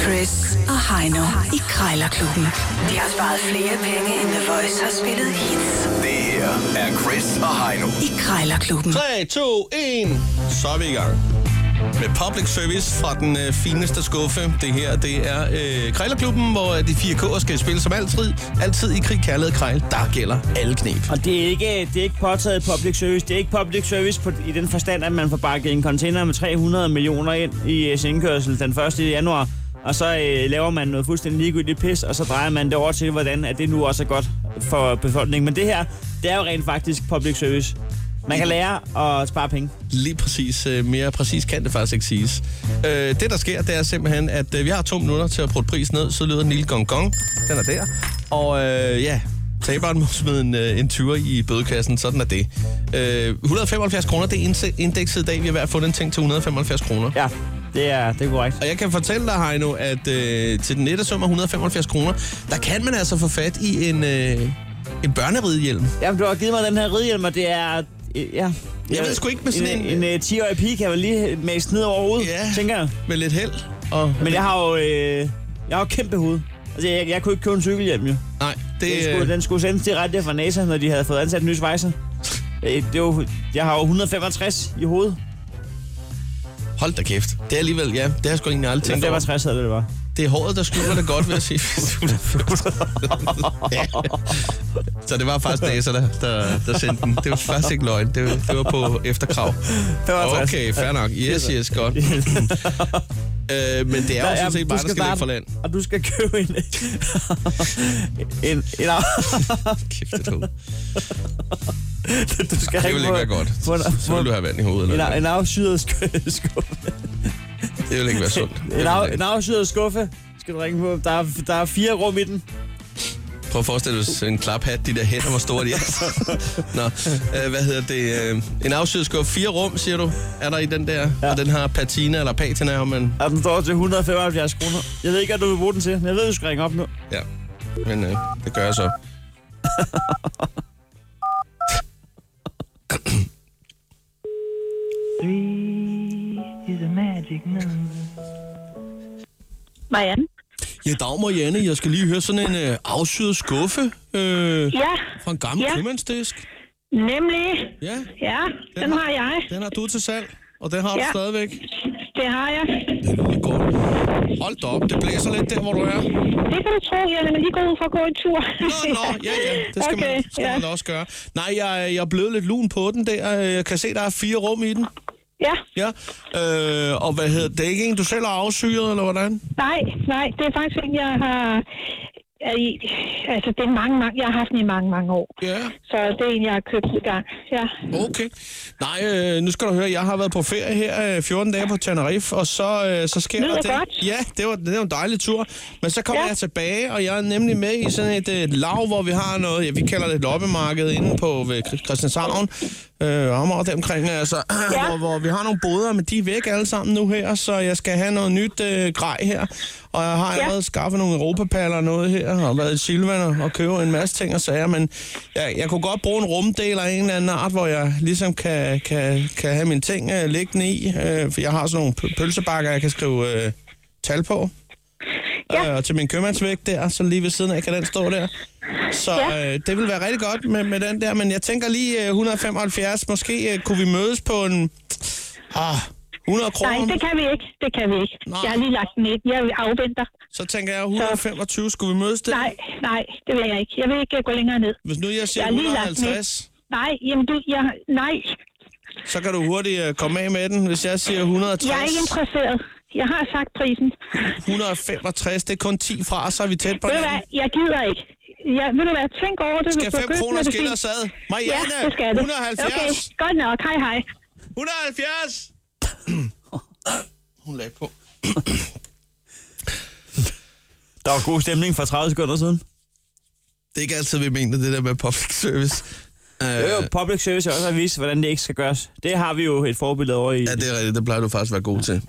Chris og Heino i Krejlerklubben. De har sparet flere penge, end The Voice har spillet hits Det her er Chris og Heino. i Krejlerklubben. 3, 2, 1. Så er vi i gang. Med public service fra den øh, fineste skuffe. Det her, det er øh, Krejlerklubben, hvor de fire K'er skal spille som altid. Altid i krig, kærlighed, krejl. Der gælder alle knep. Og det er ikke, det er ikke påtaget public service. Det er ikke public service på, i den forstand, at man får bakket en container med 300 millioner ind i øh, sin indkørsel den 1. januar. Og så øh, laver man noget fuldstændig ligegyldigt pis, og så drejer man det over til, hvordan at det nu også er godt for befolkningen. Men det her, det er jo rent faktisk public service. Man kan lære at spare penge. Lige præcis. Øh, mere præcis kan det faktisk ikke siges. Øh, det, der sker, det er simpelthen, at øh, vi har to minutter til at putte prisen ned. Så lyder den lille gong gong. Den er der. Og øh, ja, taberen må smide en, øh, en 20'er i bødekassen. Sådan er det. Øh, 175 kroner, det er indse- indekset i dag. Vi har hver fundet en ting til 175 kroner. Ja, det er, det er korrekt. Og jeg kan fortælle dig, Heino, at øh, til den nette sum af 175 kroner, der kan man altså få fat i en, øh, en børneridehjelm. Jamen, du har givet mig den her ridhjelm, og det er... øh, Ja. Jeg ved sgu ikke med sådan en... en- En, en øh, 10-årig pige kan vel lige mase ned over hovedet, Ja. tænker jeg. Med lidt held. Og, Men jeg har jo øh, jeg har jo kæmpe hoved. Altså, jeg, jeg kunne ikke købe en cykelhjelm, jo. Nej, Den det, øh, skulle, den skulle sendes direkte fra NASA, når de havde fået ansat en ny svejser. Øh, Det er jo, jeg har jo 165 i hovedet. hold da kæft. Det er alligevel, ja, det har jeg sgu egentlig aldrig Eller tænkt over. 65 havde det, det var. Det er håret, der skjuler det godt, vil jeg sige. ja. Så det var faktisk NASA, der, der, der sendte den. Det var faktisk ikke løgn. Det var, det var på efterkrav. 65. Okay, fair nok. Yes, yes, godt. øh, men det er jo sådan set bare, der skal lægge for land. Og du skal købe en... en, en Kæft, det er tungt. du skal Det ikke ville ikke få- være godt. få en- Så ville du have vand i hovedet. En, Eller? af- noget. en afsyret sku- skuffe. Det ville ikke være sundt. En, af, en afsyret skuffe skal du ringe på. Der er, der er fire rum i den. Prøv at forestille dig en klaphat, de der hænder, hvor store de er. Nå, øh, hvad hedder det? Øh, en afsyet skuffe. Fire rum, siger du, er der i den der. Ja. Ja. Og den har patina eller patina, om man... Og den står til 175 kroner. Jeg ved ikke, hvad du vil bruge den til. men Jeg ved, du skal ringe op nu. Ja, men øh, det gør jeg så. Three is a magic number. Marianne? Ja, Dagmar Janne, jeg skal lige høre sådan en øh, afsyet skuffe øh, Ja, fra en gammel Ja. købmandsdisk. nemlig. Ja, Ja, den har jeg. den har du til salg, og den har du Ja. stadigvæk. Det har jeg. Det er noget godt. Hold da op, det blæser lidt der, hvor du er. Det kan du tro, jeg er lige gået ud for at gå en tur. Nå, nå, ja, ja, det skal, okay, okay, man, skal ja. man da også gøre. Nej, jeg, jeg er blevet lidt lun på den der. Jeg kan se, der er fire rum i den. Ja, Ja. Øh, og hvad hedder det? er ikke en, du selv har afsyret, eller hvordan? nej, nej, det er faktisk en, jeg har... er i- Altså, det er mange, mange... Jeg har haft den i mange, mange år. Ja, Så det er en, jeg har købt i gang. Ja, okay. Nej, øh, nu skal du høre, jeg har været på ferie her øh, 14 dage på Tenerife, og så, øh, så sker Lyder der det. godt. Ja, det var, det var en dejlig tur. Men så kommer ja. Ja. jeg tilbage, og jeg er nemlig med i sådan et øh, lav, hvor vi har noget, ja, vi kalder det et loppemarked inde på ved Christianshavn, øh, Amager deromkring, altså, ja. Ja. hvor, hvor vi har nogle boder, men de er væk alle sammen nu her, så jeg skal have noget nyt øh, grej her. Og jeg har allerede skaffet nogle europapaller og noget her, og været i Silvan og- og købe en masse ting og sager, men jeg, jeg kunne godt bruge en rumdel af en eller anden art, hvor jeg ligesom kan, kan, kan have mine ting øh, liggende i, øh, for jeg har sådan nogle pøl- pølsebakker, jeg kan skrive øh, tal på. Ja. Ja. Øh, og til min købmandsvægt der, så lige ved siden af kan den stå der. Så ja. Ja. øh, det vil være rigtig godt med, med den der, men jeg tænker lige øh, 175, måske øh, kunne vi mødes på en ah, nej, 100 kroner. det kan vi ikke. Det kan vi ikke. Nå. Jeg har lige lagt den ind. Jeg afventer. Så tænker jeg 125, skulle vi mødes der? Nej, nej, det vil jeg ikke. Jeg vil ikke øh, gå længere ned. Hvis nu jeg siger Jeg har lige lagt den 150, Nej, jamen du, jeg, nej, så kan du hurtigt øh, komme af med den. Hvis jeg siger 160, jeg er ikke interesseret. Jeg har sagt prisen. 165, det er kun 10 fra, så er vi tæt på Ved du hvad, hinanden. jeg gider ikke. Ja, ved du hvad, tænk over det. Skal hvis du 5 har købt kroner noget, skille fordi- os ad? Ja, Marianne, det skal det. 170! Okay, godt nok. Hej, hej. 170! Hun lagde på. Der var god stemning for 30 sekunder siden. Det er ikke altid, vi mener det der med public service. Øh, Det er jo public service også at vise, hvordan det ikke skal gøres. Det har vi jo et forbillede over i. Ja, det er rigtigt. Det plejer du faktisk at være god til.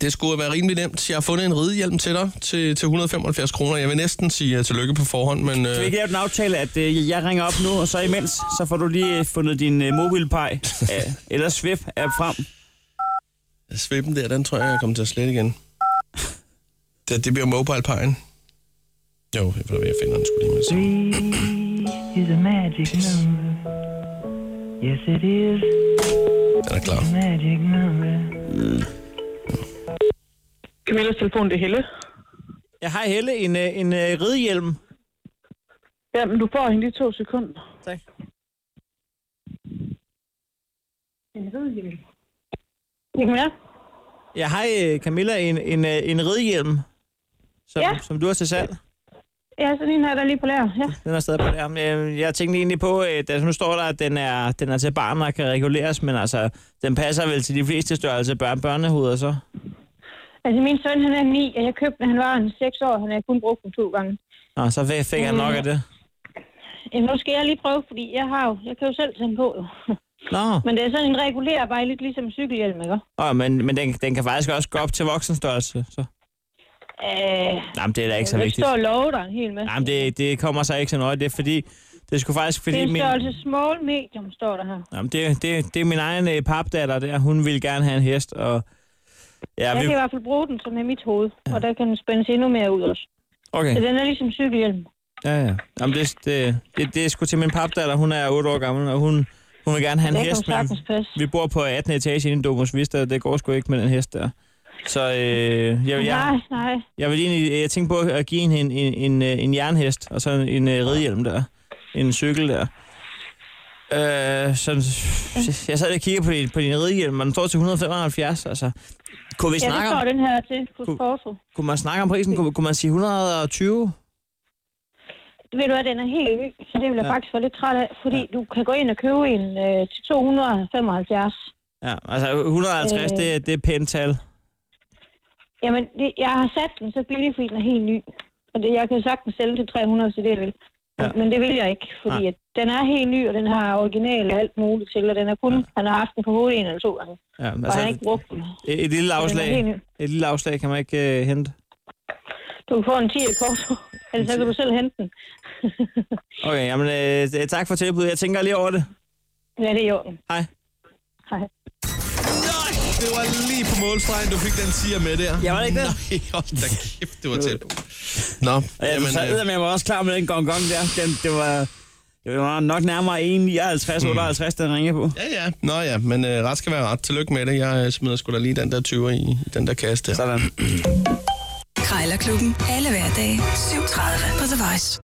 Det skulle være rimelig nemt. Jeg har fundet en ridehjelm til dig til, til 175 kroner. Jeg vil næsten sige uh, tillykke på forhånd, men... Skal vi Uh, ikke lave den aftale, at øh, jeg ringer op nu, og så imens, så får du lige øh, fundet din øh, mobilpej øh, eller svip app frem. øh, svippen der, den tror jeg, jeg kommer til at slette igen. Det, det bliver mobile pien. Jo, jeg ved, jeg finder den sgu lige med. det samme. Three is a magic number. Yes, it is Den er klar. a magic number. Camillas telefon, det er Helle. Jeg har Helle en, øh, en øh, ridehjelm. Jamen, du får hende i to sekunder. Tak. Ja, Jeg har øh, Camilla en, en, øh, en ridehjelm, som, Ja. som du har til salg. ja sådan en her, der er lige på lager. Ja. Den er stadig på der. Men, øh, Jeg tænkte egentlig på, at altså, nu står der, at den er, den er til barn og kan reguleres, men altså, den passer vel til de fleste størrelse børn, børnehuder så. Altså, min søn, han er 9, og jeg købte den, han var en 6 år. Han har kun brugt den to gange. Nå, så fik- fik han nok af det. Jamen, nu skal jeg lige prøve, fordi jeg har jo, jeg kan jo selv tænde på. Jo. Nå, Men det er sådan en regulær, bare lidt ligesom en cykelhjelm, ikke? Åh, men, men den, den kan faktisk også gå op til voksenstørrelse. Så. Øh, Jamen, det er da ikke så jeg vigtigt. står og lover dig en hel masse. Jamen, det, det kommer så ikke så nøje. Det er fordi, det skulle faktisk... det Fordi er en min, størrelse small medium, står der her. jamen, det, det, det er min egen øh, papdatter der. Hun ville gerne have en hest, og... Ja, Jeg vi, kan i hvert fald bruge den som er mit hoved, og der kan den spændes endnu mere ud også. okay. Så den er ligesom cykelhjelm. Ja, ja. Jamen, det, det, det, det er sgu til min papdatter. Hun er 8 år gammel, og hun, hun vil gerne have en Det kan hest, jo sagtens passe. vi bor på 18. etage inde i Domus Vista, og det går sgu ikke med den hest der. Så øh, jeg, Nej, jeg, nej. jeg vil egentlig jeg tænkte på at give hende en, en, en, øh, en jernhest, og så en, en øh, ridehjelm der, en cykel der. Øh, så, jeg sad lige og kiggede på din, på din ridehjelm, og den står til 175, altså. Kunne, vi Ja, det snakke står om, den her til på Kunne- Sporto. kunne man snakke om prisen? Kunne, kunne man sige 120? Ved du hvad, den er helt ny, så det vil jeg Ja. faktisk være lidt træt af, fordi du kan gå ind og købe en øh, til 275. Ja, altså 150, Øh. øh. det, det er pænt tal. Jamen, det, jeg har sat den så billig, fordi den er helt ny. Og det, jeg kan sagtens sælge til 300, så det jeg vil. Ja. Ja. Men det vil jeg ikke, fordi at den er helt ny, og den har original og alt muligt til, og den er kun, ja. han har haft den på hovedet en eller to gange, og Ja, altså, han har altså, ikke brugt den. et, et lille Så den er helt afslag, ny. et lille afslag kan man ikke øh, hente. Du kan få en 10 i Porto, eller så kan du selv hente den. Okay, jamen, øh, tak for tilbuddet. Jeg tænker lige over det. Ja, det er i orden. Hej. Hej. Nej, det var lige på målstregen, du fik den siger med der. Ja, var det ikke det? Nej, hold da kæft, det var tæt på. Nå, Ja, Jamen, så, øh, øh... jeg var også klar med den gong gong der. Den, det var... Det var nok nærmere 1,59, 58, den ringede på. ja, ja. Nå ja, men øh, ret skal være ret. Tillykke med det. Jeg øh, smider sgu da lige den der 20'er i, i den der kasse der. Sådan. Krejlerklubben. Alle hverdage. 7.30 på The Voice.